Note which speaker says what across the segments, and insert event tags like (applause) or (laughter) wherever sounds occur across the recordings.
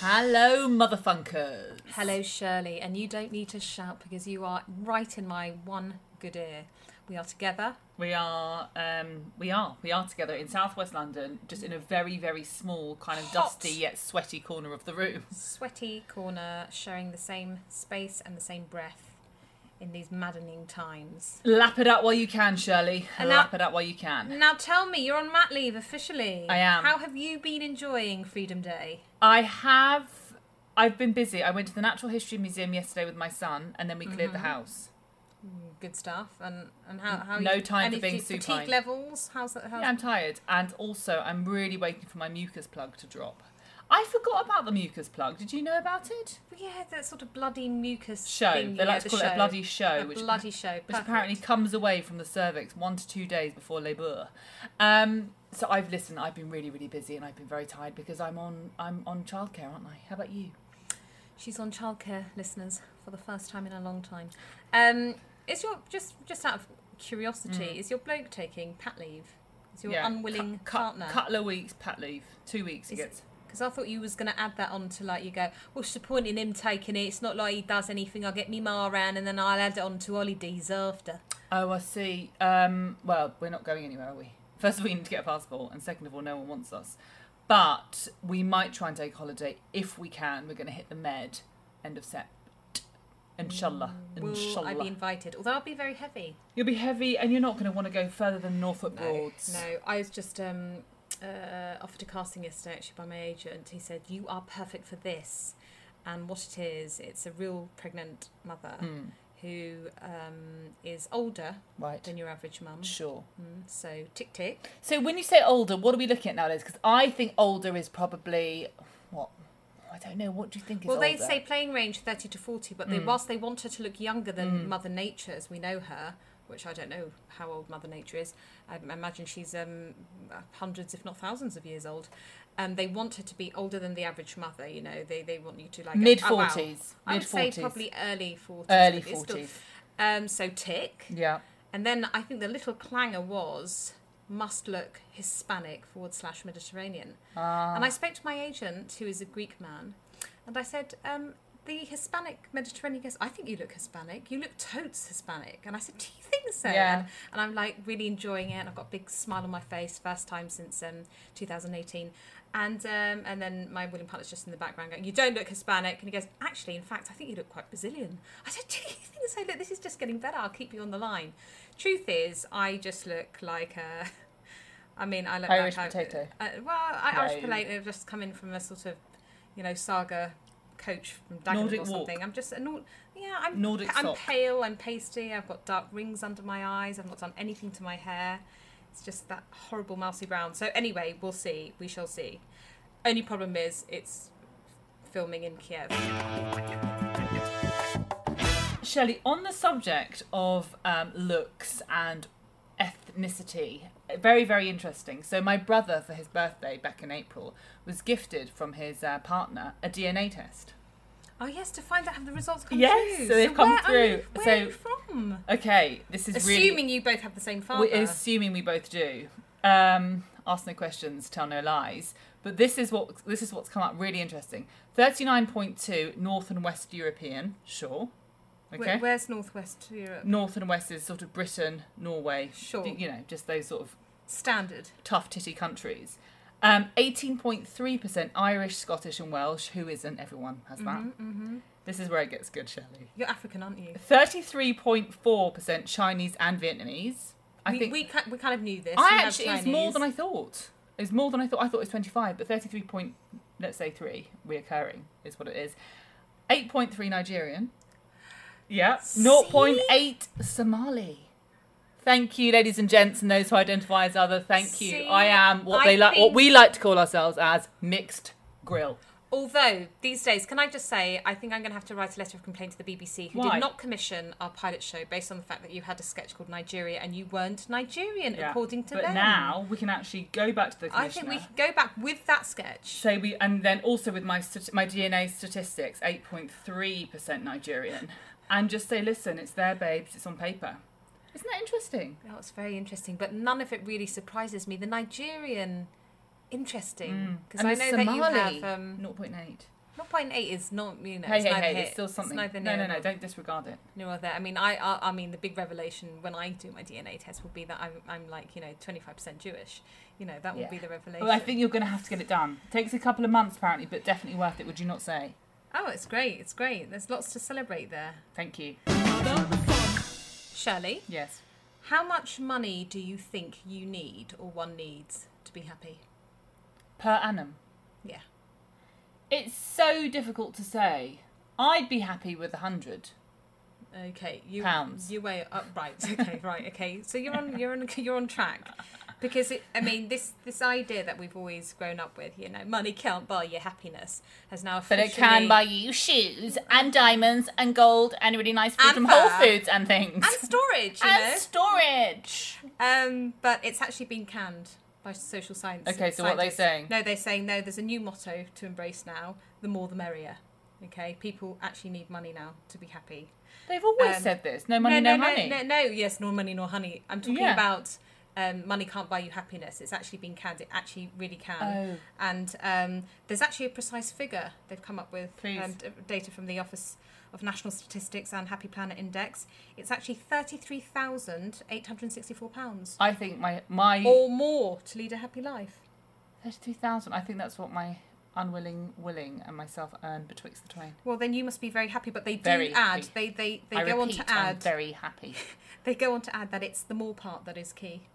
Speaker 1: Hello, motherfunkers.
Speaker 2: Hello, Shirley, and you don't need to shout because you are right in my one good ear. We are together.
Speaker 1: We are, um, we are, we are together in Southwest London, just in a very, very small, kind of
Speaker 2: Hot.
Speaker 1: dusty yet sweaty corner of the room.
Speaker 2: Sweaty corner, sharing the same space and the same breath in these maddening times.
Speaker 1: Lap it up while you can, Shirley.
Speaker 2: And
Speaker 1: Lap
Speaker 2: that-
Speaker 1: it up while you can.
Speaker 2: Now tell me, you're on mat leave officially.
Speaker 1: I am.
Speaker 2: How have you been enjoying Freedom Day?
Speaker 1: I have, I've been busy. I went to the Natural History Museum yesterday with my son, and then we cleared the
Speaker 2: Mm-hmm.
Speaker 1: house.
Speaker 2: Good stuff. And and how how are
Speaker 1: No
Speaker 2: you,
Speaker 1: time for
Speaker 2: any
Speaker 1: being
Speaker 2: fatigue
Speaker 1: supine.
Speaker 2: levels? How's that? How's
Speaker 1: Yeah, I'm tired, and also I'm really waiting for my mucus plug to drop. I forgot about the mucus plug. Did you know about it?
Speaker 2: yeah, that sort of bloody mucus
Speaker 1: Show.
Speaker 2: Thing,
Speaker 1: they
Speaker 2: yeah,
Speaker 1: like to
Speaker 2: the
Speaker 1: call
Speaker 2: show.
Speaker 1: it a bloody show,
Speaker 2: A
Speaker 1: which
Speaker 2: bloody show.
Speaker 1: which
Speaker 2: perfect.
Speaker 1: apparently comes away from the cervix one to two days before labour. Um, so I've listened. I've been really, really busy, and I've been very tired because I'm on I'm on childcare, aren't I? How about you?
Speaker 2: She's on childcare, listeners, for the first time in a long time. Um, is your just just out of curiosity? Is your bloke taking pat leave? Is your unwilling
Speaker 1: Cu- cu-
Speaker 2: partner?
Speaker 1: Couple of weeks, pat leave, two weeks. He
Speaker 2: Is-
Speaker 1: gets.
Speaker 2: Because I thought you was going to add that on to like you go. What's the point in him taking it? It's not like he does anything. I'll get me ma round and then I'll add it on to holidays after.
Speaker 1: Oh, I see. Um, well, we're not going anywhere, are we? First of all, we need to get a passport, and second of all, no one wants us. But we might try and take a holiday if we can. We're going to hit the med end of Sept. Inshallah.
Speaker 2: Will
Speaker 1: Inshallah.
Speaker 2: I be invited? Although I'll be very heavy.
Speaker 1: You'll be heavy, and you're not going to want to go further than Norfolk Broads.
Speaker 2: No, I was just um, uh, offered a casting yesterday actually by my agent. He said, You are perfect for this. And what it is, it's a real pregnant mother
Speaker 1: Mm,
Speaker 2: who um, is older
Speaker 1: right.
Speaker 2: than your average mum.
Speaker 1: Sure.
Speaker 2: Mm, So tick tick.
Speaker 1: So when you say older, what are we looking at nowadays? Because I think older is probably what I don't know. What do you think is
Speaker 2: well,
Speaker 1: older? Mm.
Speaker 2: they say playing range 30 to 40, but they, whilst they want her to look younger than Mother Nature as we know her, which I don't know how old Mother Nature is, I imagine she's um, hundreds, if not thousands of years old. Um, they want her to be older than the average mother, you know. They, they want you to like.
Speaker 1: mid
Speaker 2: oh, wow.
Speaker 1: forties.
Speaker 2: I
Speaker 1: mid
Speaker 2: would say
Speaker 1: forties.
Speaker 2: probably early 40s.
Speaker 1: early
Speaker 2: but it's still-
Speaker 1: forties.
Speaker 2: Um, so tick.
Speaker 1: Yeah.
Speaker 2: And then I think the little clanger was must look Hispanic forward slash Mediterranean.
Speaker 1: Ah.
Speaker 2: And I spoke to my agent, who is a Greek man, and I said, um, the Hispanic Mediterranean guest, I think you look Hispanic. You look totes Hispanic. And I said, do you think so?
Speaker 1: Yeah.
Speaker 2: And, and I'm like really enjoying it. And I've got a big smile on my face, first time since um, 2018. And um, and then my willing partner's just in the background going, you don't look Hispanic. And he goes, actually, in fact, I think you look quite Brazilian. I said, do you think so? Look, this is just getting better. I'll keep you on the line. Truth is, I just look like a... I mean, I look
Speaker 1: Irish
Speaker 2: like I-
Speaker 1: potato.
Speaker 2: uh, well, I, I was
Speaker 1: No.
Speaker 2: polite. They've just come in from a sort of, you know, saga coach from Dagenham
Speaker 1: Nordic
Speaker 2: or
Speaker 1: walk.
Speaker 2: something. I'm just a Nord. Yeah, I'm.
Speaker 1: Nordic
Speaker 2: I'm
Speaker 1: sock.
Speaker 2: pale. I'm pasty. I've got dark rings under my eyes. I've not done anything to my hair. It's just that horrible mousy brown. So anyway, we'll see. We shall see. Only problem is it's filming in Kiev.
Speaker 1: Shelley, on the subject of um, looks and ethnicity, very, very interesting. So, my brother, for his birthday back in April, was gifted from his uh, partner a DNA test.
Speaker 2: Oh yes, to find out have the results come
Speaker 1: Yes,
Speaker 2: through.
Speaker 1: so they've come
Speaker 2: where are you-
Speaker 1: through.
Speaker 2: where
Speaker 1: So-
Speaker 2: are you from?
Speaker 1: Okay, this is really.
Speaker 2: Assuming you both have the same father.
Speaker 1: We're assuming we both do. Um, ask no questions, tell no lies. But this is what this is what's come up really interesting. Thirty nine point two North and West European, sure.
Speaker 2: Wh-
Speaker 1: Okay. Mm.
Speaker 2: where's Northwest Europe?
Speaker 1: North and West is sort of Britain, Norway,
Speaker 2: Sure.
Speaker 1: you know, just those sort of
Speaker 2: Standard.
Speaker 1: tough titty countries. Um, 18.3% Irish, Scottish, and Welsh. Who isn't? Everyone has that.
Speaker 2: Mm-hmm.
Speaker 1: This is where it gets good, Shelley.
Speaker 2: You're African, aren't you?
Speaker 1: 33.4% Chinese and Vietnamese. I
Speaker 2: we,
Speaker 1: think
Speaker 2: we, ki- we kind of knew this.
Speaker 1: I actually it's more than I thought. It's more than I thought. I thought it was twenty five, but thirty three point let's say three reoccurring is what it is. Eight point three Nigerian. Yeah. Zero point eight Somali. Thank you, ladies and gents, and those who identify as other. Thank
Speaker 2: See,
Speaker 1: you. I am what
Speaker 2: I
Speaker 1: they like, what
Speaker 2: think-
Speaker 1: we like to call ourselves as mixed grill.
Speaker 2: Although these days, can I just say, I think I'm going to have to write a letter of complaint to the BBC, who
Speaker 1: Why?
Speaker 2: did not commission our pilot show based on the fact that you had a sketch called Nigeria and you weren't Nigerian,
Speaker 1: Yeah.
Speaker 2: according to
Speaker 1: but
Speaker 2: them.
Speaker 1: now we can actually go back to the
Speaker 2: I
Speaker 1: commissioner.
Speaker 2: think we can go back with that sketch.
Speaker 1: So we, and then also with my stat- my DNA statistics, eight point three percent Nigerian, and just say, listen, it's there, babes, it's on paper. Isn't that interesting?
Speaker 2: That was very interesting, but none of it really surprises me. The Nigerian, interesting, because
Speaker 1: Mm. And
Speaker 2: I
Speaker 1: the
Speaker 2: know that you have. Um,
Speaker 1: zero point eight.
Speaker 2: 0.8 is not, you know,
Speaker 1: hey,
Speaker 2: it's
Speaker 1: hey,
Speaker 2: neither
Speaker 1: hey,
Speaker 2: here-
Speaker 1: it's still something.
Speaker 2: neither
Speaker 1: no,
Speaker 2: near
Speaker 1: no,
Speaker 2: nor-
Speaker 1: no, don't disregard it.
Speaker 2: No, well, there. I mean, I, I, I mean, the big revelation when I do my DNA test will be that I'm, I'm like, you know, 25% Jewish. You know, that will
Speaker 1: Yeah.
Speaker 2: be the revelation.
Speaker 1: Well, I think you're going to have to get it done. takes a couple of months, apparently, but definitely worth it, would you not say?
Speaker 2: Oh, it's great. It's great. There's lots to celebrate there.
Speaker 1: Thank you.
Speaker 2: Shirley,
Speaker 1: Yes.
Speaker 2: how much money do you think you need or one needs to be happy?
Speaker 1: Per annum.
Speaker 2: Yeah.
Speaker 1: It's so difficult to say. I'd be happy with a 100.
Speaker 2: Okay, you
Speaker 1: Pounds.
Speaker 2: You weigh up right. Okay, (laughs) right. Okay, so you're on you're on you're on track because it, I mean this this idea that we've always grown up with, you know, money can't buy your happiness has now
Speaker 1: But
Speaker 2: officially
Speaker 1: it can buy you shoes and diamonds and gold and really nice food
Speaker 2: And
Speaker 1: from Whole
Speaker 2: fur.
Speaker 1: Foods and things.
Speaker 2: (laughs) and storage, you
Speaker 1: And storage.
Speaker 2: know. Um, but it's actually been canned by social science.
Speaker 1: Okay, so what are they
Speaker 2: scientists.
Speaker 1: saying?
Speaker 2: No, they're saying no. There's a new motto to embrace now: the more the merrier. Okay, people actually need money now to be happy.
Speaker 1: They've always
Speaker 2: Um,
Speaker 1: said this no money, no, money.
Speaker 2: No, no, yes, nor money nor honey. I'm talking
Speaker 1: Yeah.
Speaker 2: about um, money can't buy you happiness. It's actually been canned. It actually really can.
Speaker 1: Oh.
Speaker 2: And um, there's actually a precise figure they've come up with.
Speaker 1: Please.
Speaker 2: Um, d- data from the Office of National Statistics and Happy Planet Index. It's actually thirty-three thousand eight hundred sixty-four pounds
Speaker 1: I think my my
Speaker 2: or more to lead a happy life.
Speaker 1: thirty-two thousand. I think that's what my unwilling, willing, and myself earn betwixt the twain.
Speaker 2: Well, then you must be very happy. But they do
Speaker 1: Very
Speaker 2: add.
Speaker 1: happy.
Speaker 2: They they they
Speaker 1: I
Speaker 2: go
Speaker 1: repeat,
Speaker 2: on to add.
Speaker 1: I'm very happy.
Speaker 2: They go on to add that it's the more part that is key.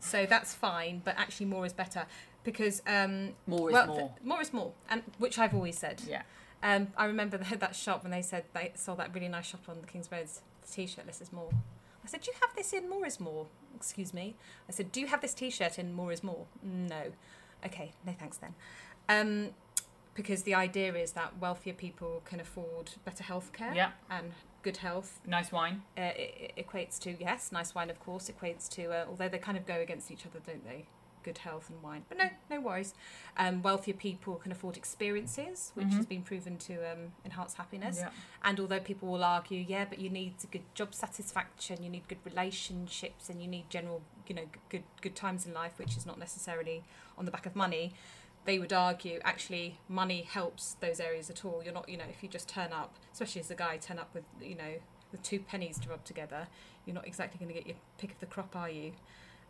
Speaker 2: So that's fine, but actually more is better because um,
Speaker 1: More is
Speaker 2: well,
Speaker 1: more.
Speaker 2: th- more is more, and which I've always said.
Speaker 1: yeah.
Speaker 2: Um, I remember (laughs) that, that shop when they said they saw that really nice shop on the King's Roads T-shirt. Less is more. I said, "Do you have this in more is more?" Excuse me. I said, "Do you have this T-shirt in more is more?" No. Okay, no thanks then. Um, because the idea is that wealthier people can afford better healthcare
Speaker 1: Yeah.
Speaker 2: and good health
Speaker 1: Nice wine.
Speaker 2: uh, it, it equates to yes, nice wine of course equates to uh, although they kind of go against each other, don't they? Good health and wine, but no, no worries. Um, wealthier people can afford experiences, which has been proven to um, enhance happiness.
Speaker 1: Yeah.
Speaker 2: And although people will argue, yeah, but you need good job satisfaction, you need good relationships, and you need general, you know, g- good good times in life, which is not necessarily on the back of money. They would argue actually money helps those areas at all. You're not, you know, if you just turn up, especially as a guy, turn up with, you know, with two pennies to rub together, you're not exactly going to get your pick of the crop, are you?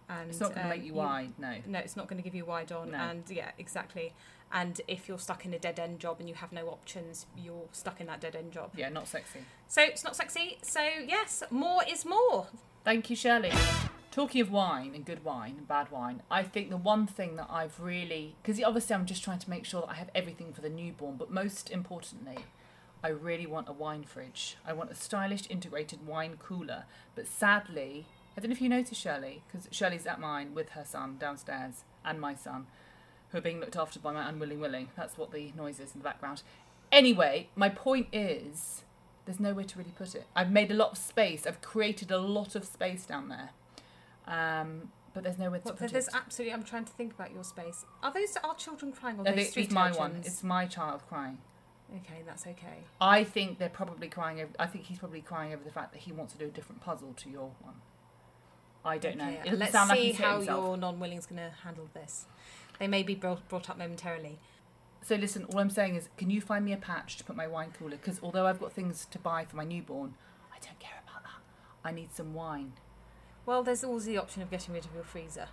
Speaker 2: And
Speaker 1: It's not going to
Speaker 2: um,
Speaker 1: make you wide. No.
Speaker 2: no, it's not going to give you wide on.
Speaker 1: No.
Speaker 2: And yeah, exactly. And if you're stuck in a dead end job and you have no options, you're stuck in that dead end job.
Speaker 1: Yeah, not sexy.
Speaker 2: So it's not sexy. So yes, more is more.
Speaker 1: Thank you, Shirley. Talking of wine and good wine and bad wine, I think the one thing that I've really, because obviously I'm just trying to make sure that I have everything for the newborn, but most importantly, I really want a wine fridge. I want a stylish integrated wine cooler. But sadly, I don't know if you noticed Shirley, because Shirley's at mine with her son downstairs and my son, who are being looked after by my unwilling willing. That's what the noise is in the background. Anyway, my point is there's nowhere to really put it. I've made a lot of space. I've created a lot of space down there, um, but there's nowhere to
Speaker 2: What,
Speaker 1: put
Speaker 2: there's
Speaker 1: it.
Speaker 2: absolutely. I'm trying to think about your space. Are those our children crying or
Speaker 1: No,
Speaker 2: those
Speaker 1: it's
Speaker 2: street
Speaker 1: my
Speaker 2: urchins?
Speaker 1: one. It's my child crying.
Speaker 2: Okay, that's okay.
Speaker 1: I think they're probably crying. Over, I think he's probably crying over the fact that he wants to do a different puzzle to your one. I don't know.
Speaker 2: Okay, uh,
Speaker 1: It'll
Speaker 2: Let's
Speaker 1: sound like
Speaker 2: see
Speaker 1: he's hit
Speaker 2: how
Speaker 1: himself.
Speaker 2: your non-willing's going to handle this. They may be brought, brought up momentarily.
Speaker 1: So listen, all I'm saying is, can you find me a patch to put my wine cooler? Because although I've got things to buy for my newborn, I don't care about that. I need some wine.
Speaker 2: Well, there's always the option of getting rid of your freezer.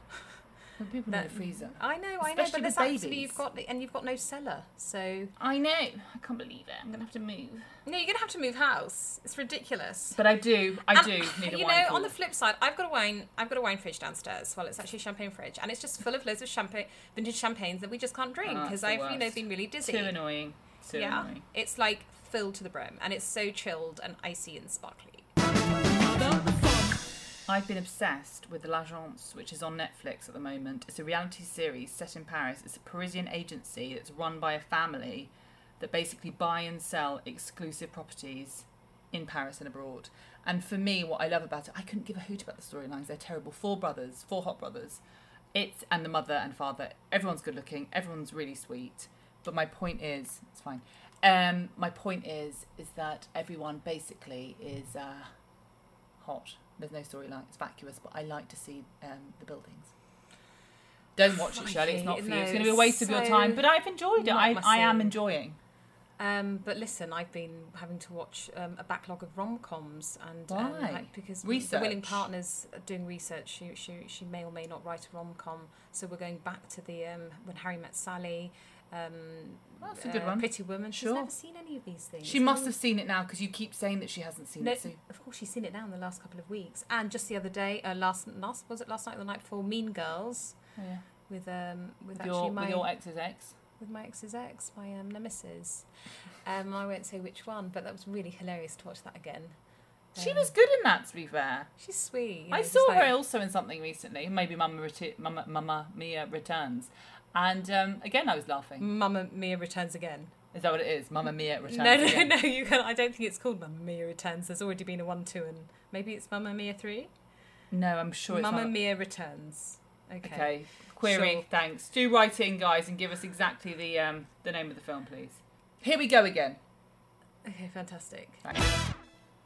Speaker 1: Well, people
Speaker 2: That-
Speaker 1: need a freezer.
Speaker 2: I know, I know,
Speaker 1: Especially
Speaker 2: but
Speaker 1: with
Speaker 2: there's absolutely
Speaker 1: babies.
Speaker 2: you've got and you've got no cellar, so
Speaker 1: I know. I can't believe it. I'm gonna have to move.
Speaker 2: No, you're gonna have to move house. It's ridiculous.
Speaker 1: But I do. I
Speaker 2: And,
Speaker 1: do need a
Speaker 2: you
Speaker 1: wine
Speaker 2: know,
Speaker 1: cooler.
Speaker 2: on the flip side, I've got a wine. I've got a wine fridge downstairs. Well, it's actually a champagne fridge, and it's just full of loads of champagne, vintage champagnes that we just can't drink
Speaker 1: Ah, it's
Speaker 2: because
Speaker 1: the
Speaker 2: I've you know
Speaker 1: worst.
Speaker 2: been really dizzy.
Speaker 1: Too annoying. Too
Speaker 2: yeah,
Speaker 1: annoying.
Speaker 2: it's like filled to the brim, and it's so chilled and icy and sparkly.
Speaker 1: I've been obsessed with L'Agence, which is on Netflix at the moment. It's a reality series set in Paris. It's a Parisian agency that's run by a family that basically buy and sell exclusive properties in Paris and abroad. And for me, what I love about it, I couldn't give a hoot about the storylines. They're terrible. Four brothers, four hot brothers. It's and the mother and father. Everyone's good looking. Everyone's really sweet. But my point is, it's fine. Um, my point is, is that everyone basically is. Uh, hot. There's no storyline. It's vacuous, but I like to see um, the buildings. Don't watch it, Shirley. It's not for you.
Speaker 2: Crikey,
Speaker 1: It's going to be
Speaker 2: no,
Speaker 1: a waste of your
Speaker 2: so
Speaker 1: time. But I've enjoyed it.
Speaker 2: not
Speaker 1: I,
Speaker 2: my
Speaker 1: I am
Speaker 2: scene.
Speaker 1: enjoying.
Speaker 2: Um, but listen, I've been having to watch um, a backlog of rom coms, and um,
Speaker 1: Why?
Speaker 2: like, because we- the
Speaker 1: Research.
Speaker 2: Willing Partners are doing research. She, she she may or may not write a rom com, so we're going back to the um, when Harry met Sally. Um,
Speaker 1: That's a good
Speaker 2: uh,
Speaker 1: one.
Speaker 2: Pretty Woman. She's
Speaker 1: Sure.
Speaker 2: never seen any of these things.
Speaker 1: She must have seen it now because you keep saying that she hasn't seen
Speaker 2: No,
Speaker 1: it. So
Speaker 2: of course, she's seen it now in the last couple of weeks, and just the other day, uh, last last was it last night or the night before? Mean Girls
Speaker 1: yeah.
Speaker 2: with um with,
Speaker 1: with,
Speaker 2: actually
Speaker 1: your,
Speaker 2: my
Speaker 1: with your ex's ex.
Speaker 2: with my ex's ex, my um, nemesis. Um, I won't say which one, but that was really hilarious to watch that again.
Speaker 1: She
Speaker 2: Um,
Speaker 1: was good in that, to be fair.
Speaker 2: She's sweet. you know,
Speaker 1: I
Speaker 2: just
Speaker 1: saw
Speaker 2: like-
Speaker 1: her also in something recently, maybe Mama, Reti- Mama, Mama Mia Returns. And um, again, I was laughing.
Speaker 2: Mamma Mia returns again.
Speaker 1: Is that what it is? Mamma Mia Returns.
Speaker 2: no, no,
Speaker 1: again.
Speaker 2: (laughs) no. You can. I don't think it's called Mamma Mia returns. There's already been a one, two, and maybe it's Mamma Mia three.
Speaker 1: No, I'm sure it's
Speaker 2: Mamma
Speaker 1: Mamma Mia.
Speaker 2: Mia returns. Okay.
Speaker 1: Okay. Query,
Speaker 2: Sure.
Speaker 1: thanks. Do write in, guys, and give us exactly the, um, the name of the film, please. Here we go again.
Speaker 2: Okay. Fantastic.
Speaker 1: Right.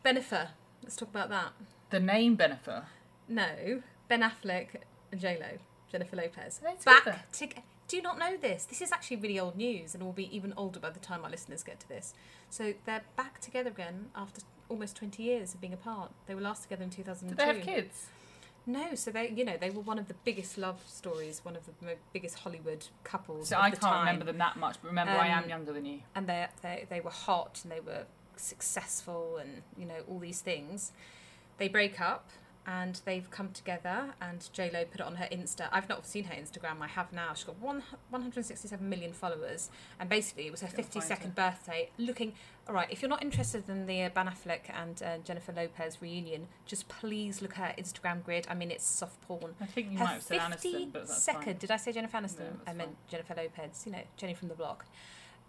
Speaker 2: Benifer. Let's talk about that.
Speaker 1: The name Benifer.
Speaker 2: No, Ben Affleck and J Lo, Jennifer Lopez.
Speaker 1: They're together.
Speaker 2: Back to do you not know this? This is actually really old news, and will be even older by the time our listeners get to this. So they're back together again after almost twenty years of being apart. They were last together in two thousand
Speaker 1: Do
Speaker 2: and
Speaker 1: they
Speaker 2: two.
Speaker 1: have kids?
Speaker 2: No, so they, you know, they were one of the biggest love stories, one of the mo- biggest Hollywood couples.
Speaker 1: So
Speaker 2: of
Speaker 1: I
Speaker 2: the
Speaker 1: can't
Speaker 2: time.
Speaker 1: remember them that much, but remember, I am
Speaker 2: Um,
Speaker 1: younger than you.
Speaker 2: and they, they they were hot and they were successful and you know all these things. They break up and they've come together and J Lo put it on her Insta. I've not seen her Instagram. I have now. She's got one one hundred sixty seven million followers and basically it was her
Speaker 1: Gotta find
Speaker 2: fifty second birthday. Looking all right. If you're not interested in the uh, Ben Affleck and uh, Jennifer Lopez reunion, just please look at her Instagram grid. I mean it's soft porn.
Speaker 1: I think you
Speaker 2: Her
Speaker 1: might have said
Speaker 2: 50
Speaker 1: Aniston, but that's
Speaker 2: second-
Speaker 1: fine.
Speaker 2: Did I say Jennifer Aniston?
Speaker 1: No, that's
Speaker 2: I meant
Speaker 1: fine.
Speaker 2: Jennifer Lopez. You know, Jenny from the block.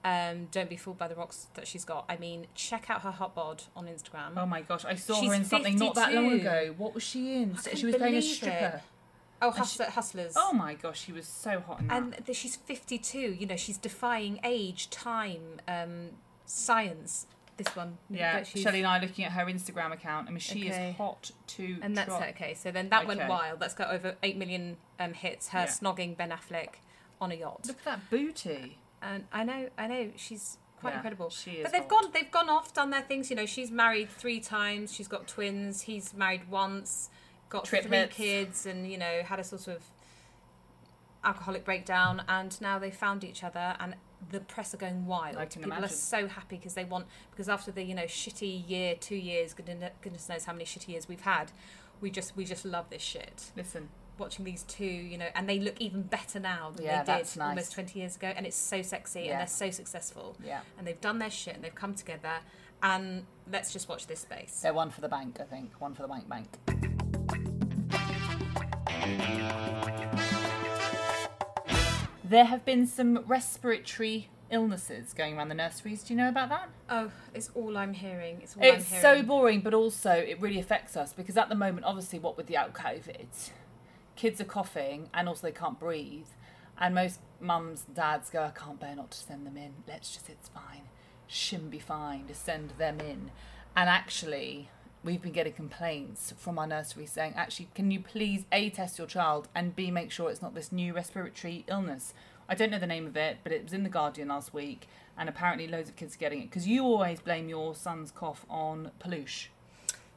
Speaker 2: Um, don't be fooled by the rocks that she's got. I mean, check out her hot bod on Instagram.
Speaker 1: Oh my gosh, I saw
Speaker 2: She's
Speaker 1: her in something not that long
Speaker 2: 52.
Speaker 1: ago. What was she in?
Speaker 2: I
Speaker 1: So-
Speaker 2: couldn't
Speaker 1: She was playing a
Speaker 2: believe
Speaker 1: stripper.
Speaker 2: oh,
Speaker 1: and she-
Speaker 2: Hustler, hustlers.
Speaker 1: Oh my gosh, she was so hot in that.
Speaker 2: and th- she's fifty-two. You know, she's defying age, time, um, science. This one,
Speaker 1: yeah,
Speaker 2: But she's-
Speaker 1: Shelley and I looking at her Instagram account. I mean, she
Speaker 2: Okay.
Speaker 1: is hot to
Speaker 2: And that's
Speaker 1: trot.
Speaker 2: okay. So then that went
Speaker 1: Okay.
Speaker 2: wild. That's got over eight million um, hits. Her
Speaker 1: Yeah.
Speaker 2: snogging Ben Affleck on a yacht.
Speaker 1: Look at that booty.
Speaker 2: And I know, I know, she's quite
Speaker 1: Yeah,
Speaker 2: incredible.
Speaker 1: She is.
Speaker 2: But they've
Speaker 1: hot.
Speaker 2: gone. They've gone off, done their things. You know, she's married three times. She's got twins. He's married once, got
Speaker 1: Triplets.
Speaker 2: three kids, and you know, had a sort of alcoholic breakdown. And now they found each other, and the press are going wild.
Speaker 1: I can
Speaker 2: People are
Speaker 1: imagine.
Speaker 2: so happy because they want because after the you know shitty year, two years, goodness, goodness knows how many shitty years we've had. We just we just love this shit.
Speaker 1: Listen,
Speaker 2: Watching these two, you know, and they look even better now than
Speaker 1: Yeah,
Speaker 2: they did
Speaker 1: that's nice.
Speaker 2: almost twenty years ago, and it's so sexy
Speaker 1: Yeah.
Speaker 2: and they're so successful
Speaker 1: yeah,
Speaker 2: and they've done their shit and they've come together and let's just watch this space.
Speaker 1: they're one for the bank. I think one for the bank bank. There have been some respiratory illnesses going around the nurseries. Do you know about that?
Speaker 2: Oh, it's all I'm hearing. It's all
Speaker 1: It's
Speaker 2: I'm
Speaker 1: so
Speaker 2: hearing.
Speaker 1: boring, but also it really affects us because at the moment, obviously, what with the out COVID, kids are coughing and also they can't breathe. And most mums, dads go, I can't bear not to send them in. Let's just, it's fine. Shouldn't be fine to send them in. And actually, we've been getting complaints from our nursery saying, actually, can you please A, test your child and B, make sure it's not this new respiratory illness? I don't know the name of it, but it was in The Guardian last week, and apparently loads of kids are getting it because you always blame your son's cough on pollution.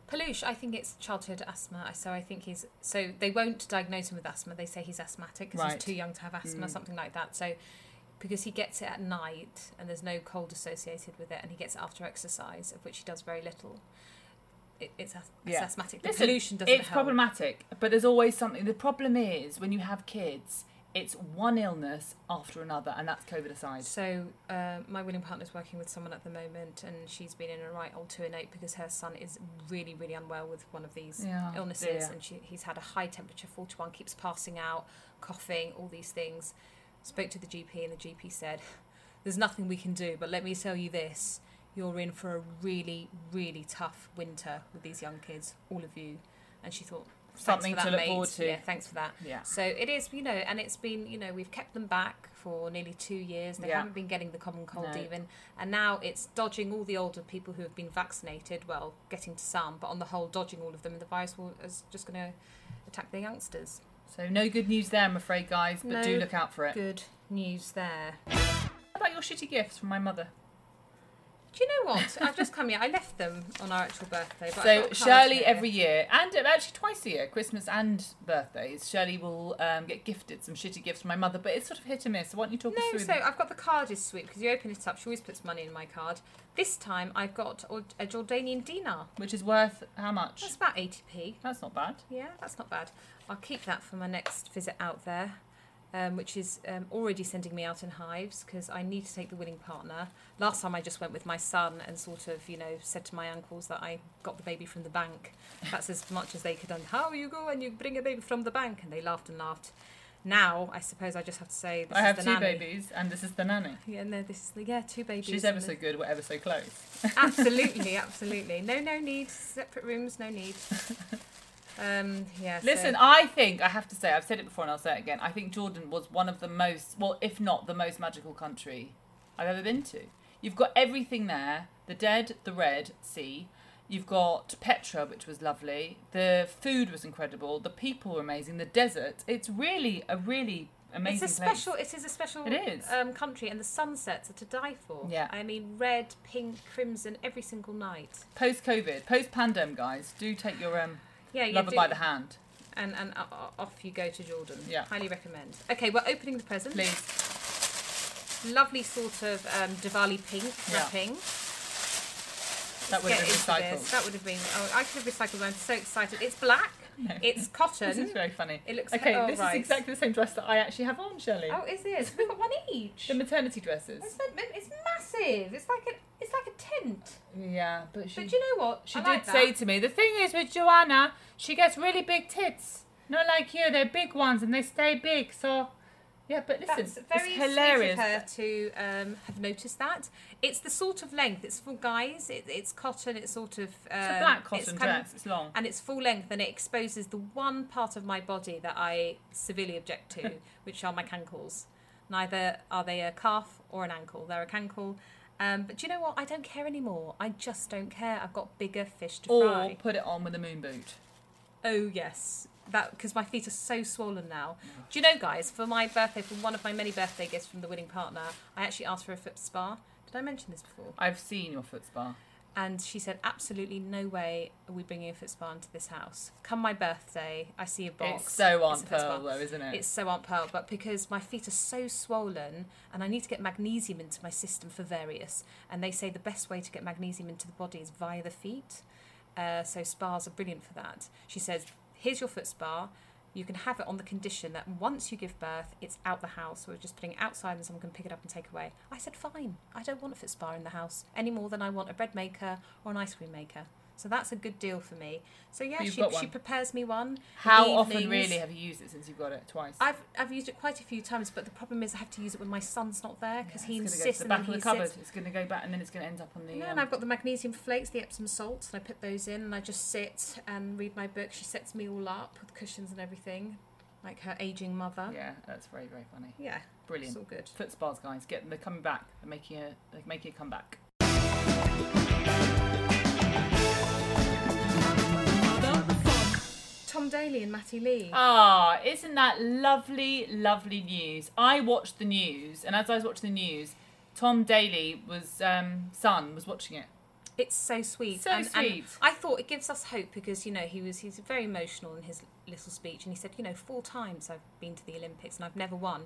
Speaker 2: Palush, I think it's childhood asthma. I- So I think he's so they won't diagnose him with asthma. They say he's asthmatic because
Speaker 1: Right. Mm.
Speaker 2: he's too young to have asthma, something like that. So because he gets it at night and there's no cold associated with it, and he gets it after exercise, of which he does very little. It, it's, as- it's
Speaker 1: Yeah.
Speaker 2: asthmatic. The
Speaker 1: Listen,
Speaker 2: pollution doesn't
Speaker 1: It's
Speaker 2: help.
Speaker 1: problematic, but there's always something. The problem is when you have kids, it's one illness after another, and that's COVID aside.
Speaker 2: So uh, my willing partner's working with someone at the moment, and she's been in a right old two and eight because her son is really, really unwell with one of these
Speaker 1: Yeah, Oh,
Speaker 2: illnesses,
Speaker 1: dear.
Speaker 2: and she, he's had a high temperature, forty-one, keeps passing out, coughing, all these things. Spoke to the GP, and the GP said, "There's nothing we can do, but let me tell you this: you're in for a really, really tough winter with these young kids, all of you." And she thought, "Thanks
Speaker 1: Something
Speaker 2: for that,
Speaker 1: to look
Speaker 2: mate.
Speaker 1: forward to.
Speaker 2: Yeah, thanks for that.
Speaker 1: Yeah.
Speaker 2: So it is, you know, and it's been, you know, we've kept them back for nearly two years. They
Speaker 1: Yeah.
Speaker 2: haven't been getting the common cold
Speaker 1: No.
Speaker 2: even. And now it's dodging all the older people who have been vaccinated, well, getting to some, but on the whole, dodging all of them. And the virus will, is just going to attack the youngsters.
Speaker 1: So no good news there, I'm afraid, guys. But do
Speaker 2: No
Speaker 1: look out for it.
Speaker 2: Good news there.
Speaker 1: How about your shitty gifts from my mother?
Speaker 2: Do you know what? (laughs) I've just come here. I left them on our actual birthday. But I've
Speaker 1: So
Speaker 2: got cards
Speaker 1: Shirley
Speaker 2: here.
Speaker 1: every year, and um, actually twice a year, Christmas and birthdays, Shirley will um, get gifted some shitty gifts from my mother, but it's sort of hit and miss. So why don't you talk us
Speaker 2: No,
Speaker 1: through
Speaker 2: so
Speaker 1: them?
Speaker 2: I've got the card is sweet because you open it up. She always puts money in my card. This time I've got Jord- a Jordanian dinar.
Speaker 1: Which is worth how much?
Speaker 2: That's about 80p.
Speaker 1: That's not bad.
Speaker 2: Yeah, that's not bad. I'll keep that for my next visit out there, um, which is um, already sending me out in hives because I need to take the willing partner. Last time I just went with my son and sort of, you know, said to my uncles that I got the baby from the bank. That's as much as they could. And how you go and you bring a baby from the bank? And they laughed and laughed. Now I suppose I just have to say this
Speaker 1: I
Speaker 2: is
Speaker 1: have
Speaker 2: the
Speaker 1: two
Speaker 2: nanny.
Speaker 1: babies, and this is the nanny.
Speaker 2: Yeah, no, this is the yeah two babies.
Speaker 1: She's
Speaker 2: and
Speaker 1: ever
Speaker 2: the-
Speaker 1: so good, we're ever so close.
Speaker 2: absolutely, absolutely. No, no need. Separate rooms,
Speaker 1: (laughs)
Speaker 2: no need. Um, yeah. so-
Speaker 1: Listen, I think I have to say I've said it before, and I'll say it again. I think Jordan was one of the most, well, if not the most magical country I've ever been to. You've got everything there: the dead, the red sea. You've got Petra, which was lovely. The food was incredible. The people were amazing. The desert. It's really a really amazing.
Speaker 2: It's a
Speaker 1: place.
Speaker 2: special. It is a special.
Speaker 1: It is.
Speaker 2: Um, country and the sunsets are to die for.
Speaker 1: Yeah.
Speaker 2: I mean, red, pink, crimson every single night.
Speaker 1: Post COVID, post pandem, guys, do take your um,
Speaker 2: Yeah. you
Speaker 1: lover
Speaker 2: do-
Speaker 1: by the hand,
Speaker 2: And and o- o- off you go to Jordan.
Speaker 1: Yeah.
Speaker 2: Highly recommend. Okay, we're opening the present.
Speaker 1: please.
Speaker 2: Lovely sort of um, Diwali pink
Speaker 1: Yeah.
Speaker 2: wrapping.
Speaker 1: That would
Speaker 2: Get
Speaker 1: have been
Speaker 2: into
Speaker 1: recycled.
Speaker 2: this. That would have been. Oh, I could have recycled. I'm so excited. It's
Speaker 1: (laughs)
Speaker 2: black.
Speaker 1: No.
Speaker 2: It's
Speaker 1: This
Speaker 2: cotton.
Speaker 1: is very funny.
Speaker 2: It looks
Speaker 1: Okay,
Speaker 2: oh,
Speaker 1: this
Speaker 2: right.
Speaker 1: is exactly the same dress that I actually have on, Shelley.
Speaker 2: Oh, is this? We've got one each.
Speaker 1: The maternity dresses.
Speaker 2: It's, like- it's massive. It's like a it's like a tent.
Speaker 1: Yeah, but she
Speaker 2: But do you know what?
Speaker 1: she
Speaker 2: I
Speaker 1: did
Speaker 2: like that.
Speaker 1: say to me, the thing is with Joanna, she gets really big tits. Not like you, they're big ones and they stay big. So yeah, but listen,
Speaker 2: That's very
Speaker 1: it's hilarious.
Speaker 2: Um, sweet of her to um, have noticed that. It's the sort of length. It's for guys. It, it's cotton. It's sort of. Um,
Speaker 1: it's a black
Speaker 2: it's
Speaker 1: cotton
Speaker 2: kind of-
Speaker 1: dress. it's long.
Speaker 2: and it's full length, and it exposes the one part of my body that I severely object
Speaker 1: (laughs)
Speaker 2: to, which are my cankles. Neither are they a calf or an ankle. They're a cankle. Um, but do you know what? I don't care anymore. I just don't care. I've got bigger fish to
Speaker 1: Or
Speaker 2: fry.
Speaker 1: put it on with a moon boot.
Speaker 2: Oh yes, that because my feet are so swollen now. Do you know, guys? For my birthday, for one of my many birthday gifts from the winning partner, I actually asked for a foot spa. Did I mention this before?
Speaker 1: I've seen your foot spa.
Speaker 2: And she said, absolutely no way are we bringing a foot spa into this house. Come my birthday, I see a box.
Speaker 1: It's so
Speaker 2: a
Speaker 1: Aunt
Speaker 2: foot spa.
Speaker 1: Pearl though, isn't it?
Speaker 2: It's so Aunt Pearl, but because my feet are so swollen and I need to get magnesium into my system for various, and they say the best way to get magnesium into the body is via the feet. Uh, so spas are brilliant for that. She says, Here's your foot spa. You can have it on the condition that once you give birth, it's out the house. We're just putting it outside and someone can pick it up and take away. I said, Fine, I don't want a foot spa in the house any more than I want a bread maker or an ice cream maker. So that's a good deal for me. So yeah,
Speaker 1: But you've
Speaker 2: she,
Speaker 1: got
Speaker 2: she
Speaker 1: one.
Speaker 2: prepares me one.
Speaker 1: How often
Speaker 2: evenings.
Speaker 1: really have you used it since you've got it twice?
Speaker 2: I've I've used it quite a few times, but the problem is I have to use it when my son's not there because
Speaker 1: Yeah,
Speaker 2: he
Speaker 1: it's gonna go to the
Speaker 2: insists and
Speaker 1: back
Speaker 2: then
Speaker 1: of
Speaker 2: he
Speaker 1: the cupboard.
Speaker 2: sits.
Speaker 1: It's gonna go back and then it's gonna end up on the
Speaker 2: No,
Speaker 1: um,
Speaker 2: and I've got the magnesium flakes, the Epsom salt, and I put those in, and I just sit and read my book. She sets me all up with cushions and everything, like her aging mother.
Speaker 1: Yeah, that's very, very funny.
Speaker 2: Yeah,
Speaker 1: Brilliant.
Speaker 2: it's all good.
Speaker 1: Foot spas, guys, get them. They're coming back. They're making a they're making a comeback.
Speaker 2: Tom Daly and Matty Lee.
Speaker 1: Ah, isn't that lovely, lovely news? I watched the news, and as I was watching the news, Tom Daly was um, son was watching it.
Speaker 2: It's so sweet.
Speaker 1: So
Speaker 2: and, and
Speaker 1: sweet.
Speaker 2: I thought it gives us hope because you know he was he's very emotional in his little speech and he said you know four times I've been to the Olympics and I've never won,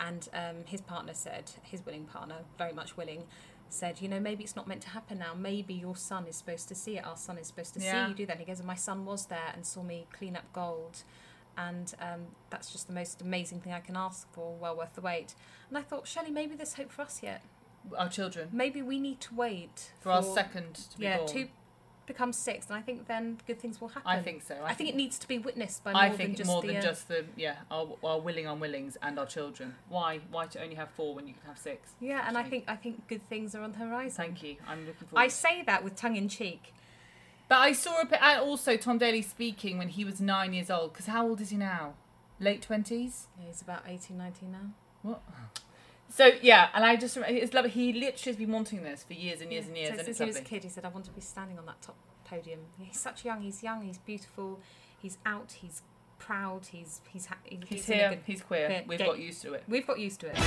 Speaker 2: and um, his partner said his willing partner very much willing said you know maybe it's not meant to happen now maybe your son is supposed to see it our son is supposed to
Speaker 1: Yeah.
Speaker 2: see you do that and he goes and my son was there and saw me clean up gold. And um, that's just the most amazing thing I can ask for, well worth the wait. And I thought, Shelley, maybe there's hope for us yet.
Speaker 1: Our children
Speaker 2: Maybe we need to wait
Speaker 1: for our second to be
Speaker 2: yeah,
Speaker 1: born.
Speaker 2: two becomes six, and I think then good things will happen.
Speaker 1: I think so.
Speaker 2: I think it needs to be witnessed by more
Speaker 1: I
Speaker 2: than
Speaker 1: think
Speaker 2: just
Speaker 1: more
Speaker 2: the.
Speaker 1: than
Speaker 2: uh,
Speaker 1: just the yeah our, our willing unwillings and our children. Why why to only have four when you can have six?
Speaker 2: yeah, and I
Speaker 1: Shame.
Speaker 2: think I think good things are on the horizon.
Speaker 1: Thank you. I'm looking forward.
Speaker 2: I
Speaker 1: to
Speaker 2: say that with tongue in cheek.
Speaker 1: But I saw a bit, and also Tom Daly speaking when he was nine years old. Because how old is he now? Late twenties.
Speaker 2: Yeah, he's about 18, 19 now.
Speaker 1: What? So yeah, and I just remember- it's lovely. He literally has been wanting this for years and years and
Speaker 2: Yeah.
Speaker 1: years,
Speaker 2: So
Speaker 1: and
Speaker 2: since
Speaker 1: it's
Speaker 2: he was
Speaker 1: lovely.
Speaker 2: a kid, he said, "I want to be standing on that top podium." He's such young. He's young. He's beautiful. He's out. He's proud. He's he's ha-
Speaker 1: He's
Speaker 2: in a
Speaker 1: here.
Speaker 2: good-
Speaker 1: He's queer.
Speaker 2: queer.
Speaker 1: We've
Speaker 2: Gay.
Speaker 1: got used to it.
Speaker 2: We've got used to it.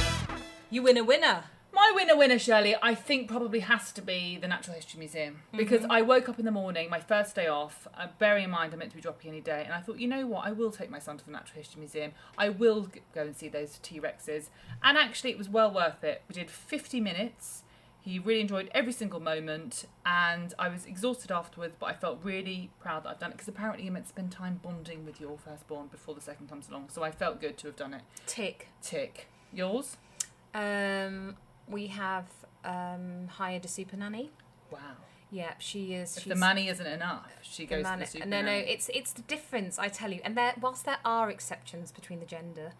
Speaker 2: You win a winner.
Speaker 1: My My winner, winner, Shirley, I think probably has to be the Natural History Museum because I woke up in the morning, my first day off, uh, bearing in mind I'm meant to be dropping any day, and I thought, you know what, I will take my son to the Natural History Museum. I will g- go and see those T Rexes. And actually, it was well worth it. We did 50 minutes. He really enjoyed every single moment, and I was exhausted afterwards, but I felt really proud that I've done it because apparently you're meant to spend time bonding with your firstborn before the second comes along. So I felt good to have done it.
Speaker 2: Tick.
Speaker 1: Tick. Yours?
Speaker 2: Um, we have um, hired a super nanny.
Speaker 1: Wow.
Speaker 2: Yep, she is.
Speaker 1: If
Speaker 2: She's
Speaker 1: the money isn't enough, she
Speaker 2: the
Speaker 1: goes to
Speaker 2: man-
Speaker 1: the super
Speaker 2: no, no,
Speaker 1: nanny.
Speaker 2: it's it's the difference, I tell you. And there, whilst there are exceptions between the gender,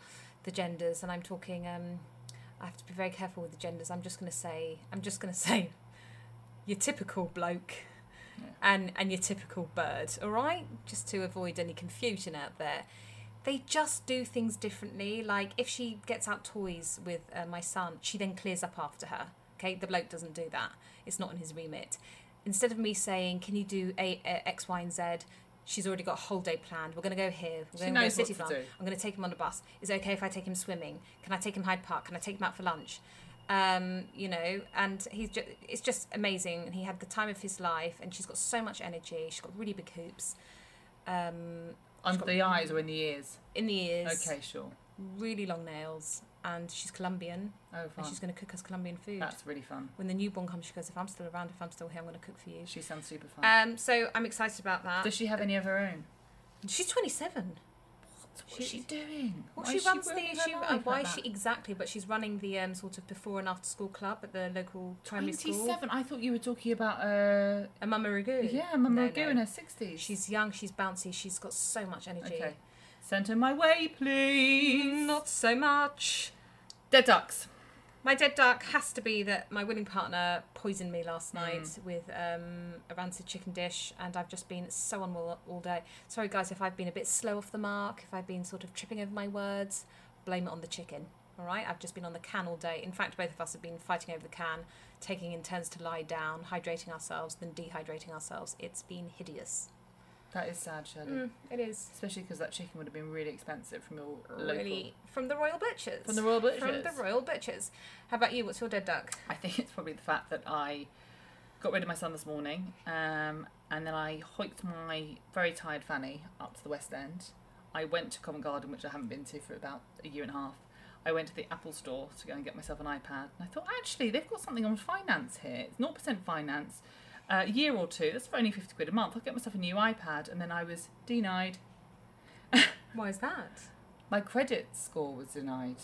Speaker 2: the genders, and I'm talking, um, I have to be very careful with the genders. I'm just gonna say, I'm just gonna (laughs) say, your typical bloke,
Speaker 1: Yeah.
Speaker 2: and and your typical bird. All right, just to avoid any confusion out there. They just do things differently. Like if she gets out toys with uh, my son, she then clears up after her. Okay, the bloke doesn't do that. It's not in his remit. Instead of me saying, "Can you do a, a X, Y, and Z?" She's already got a whole day planned. We're going to go here.
Speaker 1: She
Speaker 2: We're going to go
Speaker 1: knows what
Speaker 2: city
Speaker 1: to
Speaker 2: farm.
Speaker 1: do.
Speaker 2: I'm going to take him on a bus. Is it okay if I take him swimming? Can I take him Hyde Park? Can I take him out for lunch? Um, you know, and he's ju- it's just amazing. And he had the time of his life. And she's got so much energy. She's got really big hoops. Um,
Speaker 1: Under the eyes or in the ears.
Speaker 2: in the ears,
Speaker 1: Okay, sure.
Speaker 2: really long nails, and she's Colombian,
Speaker 1: Oh,
Speaker 2: and
Speaker 1: fun.
Speaker 2: she's going to cook us Colombian food.
Speaker 1: That's really fun.
Speaker 2: when the newborn comes, she goes, "If I'm still around, if I'm still here, I'm going to cook for you."
Speaker 1: She sounds super fun.
Speaker 2: Um, so I'm excited about that.
Speaker 1: Does she have any of her own?
Speaker 2: She's 27.
Speaker 1: What's she, doing?
Speaker 2: Well,
Speaker 1: Why
Speaker 2: she
Speaker 1: is
Speaker 2: runs the
Speaker 1: working her
Speaker 2: she, uh,
Speaker 1: life
Speaker 2: why
Speaker 1: like
Speaker 2: she
Speaker 1: that?
Speaker 2: exactly, but she's running the um, sort of before and after school club at the local primary school.
Speaker 1: 27. I thought you were talking about uh
Speaker 2: A Mama Ragu.
Speaker 1: yeah, Mama
Speaker 2: No,
Speaker 1: Magoo
Speaker 2: no.
Speaker 1: in her 60s.
Speaker 2: She's young. She's bouncy. She's got so much energy.
Speaker 1: okay. Send her my way, please.
Speaker 2: Not so much.
Speaker 1: Dead ducks.
Speaker 2: My dead duck has to be that my willing partner poisoned me
Speaker 1: Hmm.
Speaker 2: last night with um, a rancid chicken dish, and I've just been so unwell all day. Sorry, guys, if I've been a bit slow off the mark, if I've been sort of tripping over my words, blame it on the chicken. All right, I've just been on the can all day. In fact, both of us have been fighting over the can, taking in turns to lie down, hydrating ourselves, then dehydrating ourselves. It's been hideous. Mm,
Speaker 1: That is sad, Shirley.
Speaker 2: it is
Speaker 1: Especially because that chicken would have been really expensive from your
Speaker 2: really from the royal butchers.
Speaker 1: local. From the Royal Butchers.
Speaker 2: From the royal butchers. How about you? What's your dead duck?
Speaker 1: I think it's probably the fact that I got rid of my son this morning, um, and then I hoiked my very tired Fanny up to the West End. I went to Covent Garden, which I haven't been to for about a year and a half. I went to the Apple store to go and get myself an iPad, and I thought, actually, they've got something on finance here. It's 0% finance, a year or two. That's for only 50 quid a month. I'll get myself a new iPad, and then I was denied.
Speaker 2: Why is that?
Speaker 1: My credit score was denied.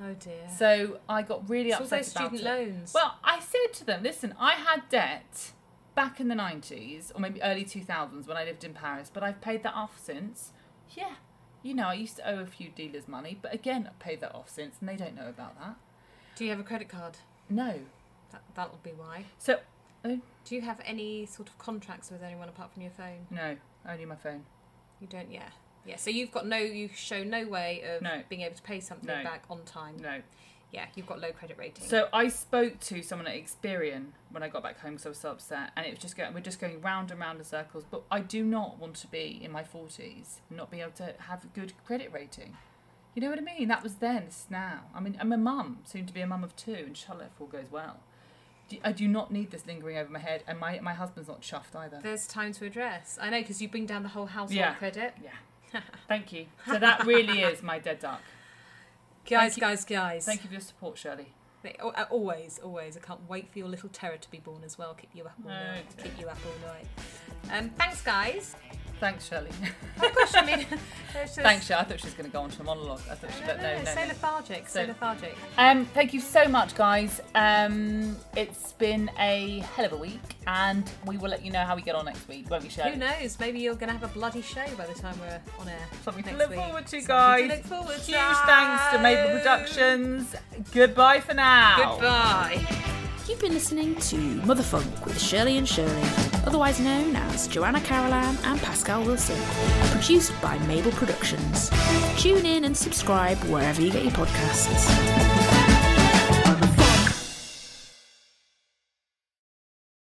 Speaker 2: Oh dear.
Speaker 1: So I got really
Speaker 2: It's all
Speaker 1: upset
Speaker 2: those
Speaker 1: about
Speaker 2: student
Speaker 1: it.
Speaker 2: loans.
Speaker 1: Well, I said to them, listen, I had debt back in the 90s or maybe early 2000s when I lived in Paris, but I've paid that off since. Yeah, you know, I used to owe a few dealers money, but again, I've paid that off since and they don't know about that.
Speaker 2: do you have a credit card?
Speaker 1: No.
Speaker 2: That, that'll be why.
Speaker 1: So,
Speaker 2: Do you have any sort of contracts with anyone apart from your phone?
Speaker 1: no, only my phone.
Speaker 2: You don't, yeah. Yeah, so you've got no, you show no way of
Speaker 1: No.
Speaker 2: being able to pay something
Speaker 1: No.
Speaker 2: back on time.
Speaker 1: No.
Speaker 2: Yeah, you've got low credit rating.
Speaker 1: So I spoke to someone at Experian when I got back home because I was so upset, and it was just going. We're just going round and round in circles. But I do not want to be in my forties not be able to have a good credit rating. You know what I mean? That was then. This is now. I mean, I'm a mum, soon to be a mum of two, and Charlotte, if all goes well, do- I do not need this lingering over my head, and my my husband's not chuffed
Speaker 2: (laughs)
Speaker 1: either.
Speaker 2: There's time to address. I know, because you bring down the whole household
Speaker 1: Yeah.
Speaker 2: credit.
Speaker 1: Thank you. So that really is my dead duck.
Speaker 2: Guys,
Speaker 1: you.
Speaker 2: guys, guys.
Speaker 1: Thank you for your support, Shirley.
Speaker 2: They- al- uh, Always, always. I can't wait for your little terror to be born as well. Keep you up all
Speaker 1: Oh,
Speaker 2: night.
Speaker 1: dear.
Speaker 2: Keep you up all night. Um, thanks, guys.
Speaker 1: Thanks, Shirley. (laughs)
Speaker 2: Oh, gosh, I mean, there's just,
Speaker 1: Thanks, Shirley. I thought she was going to go on to a monologue. I thought she.
Speaker 2: No,
Speaker 1: But
Speaker 2: no,
Speaker 1: no,
Speaker 2: no,
Speaker 1: no,
Speaker 2: so
Speaker 1: no.
Speaker 2: lethargic, so
Speaker 1: So-
Speaker 2: lethargic.
Speaker 1: Um, thank you so much, guys. Um, it's been a hell of a week, and we will let you know how we get on next week, won't we, Shirley?
Speaker 2: Who knows? Maybe you're going to have a bloody show by the time we're on air.
Speaker 1: Something to
Speaker 2: next
Speaker 1: look
Speaker 2: week.
Speaker 1: forward to,
Speaker 2: Something
Speaker 1: guys.
Speaker 2: look forward
Speaker 1: Huge
Speaker 2: to.
Speaker 1: thanks to Maple Productions. Goodbye for now.
Speaker 2: Goodbye.
Speaker 3: You've been listening to Motherfunk with Shirley and Shirley, otherwise known as Joanna Carolan and Pascal Wilson, and produced by Mabel Productions. Tune in and subscribe wherever you get your podcasts.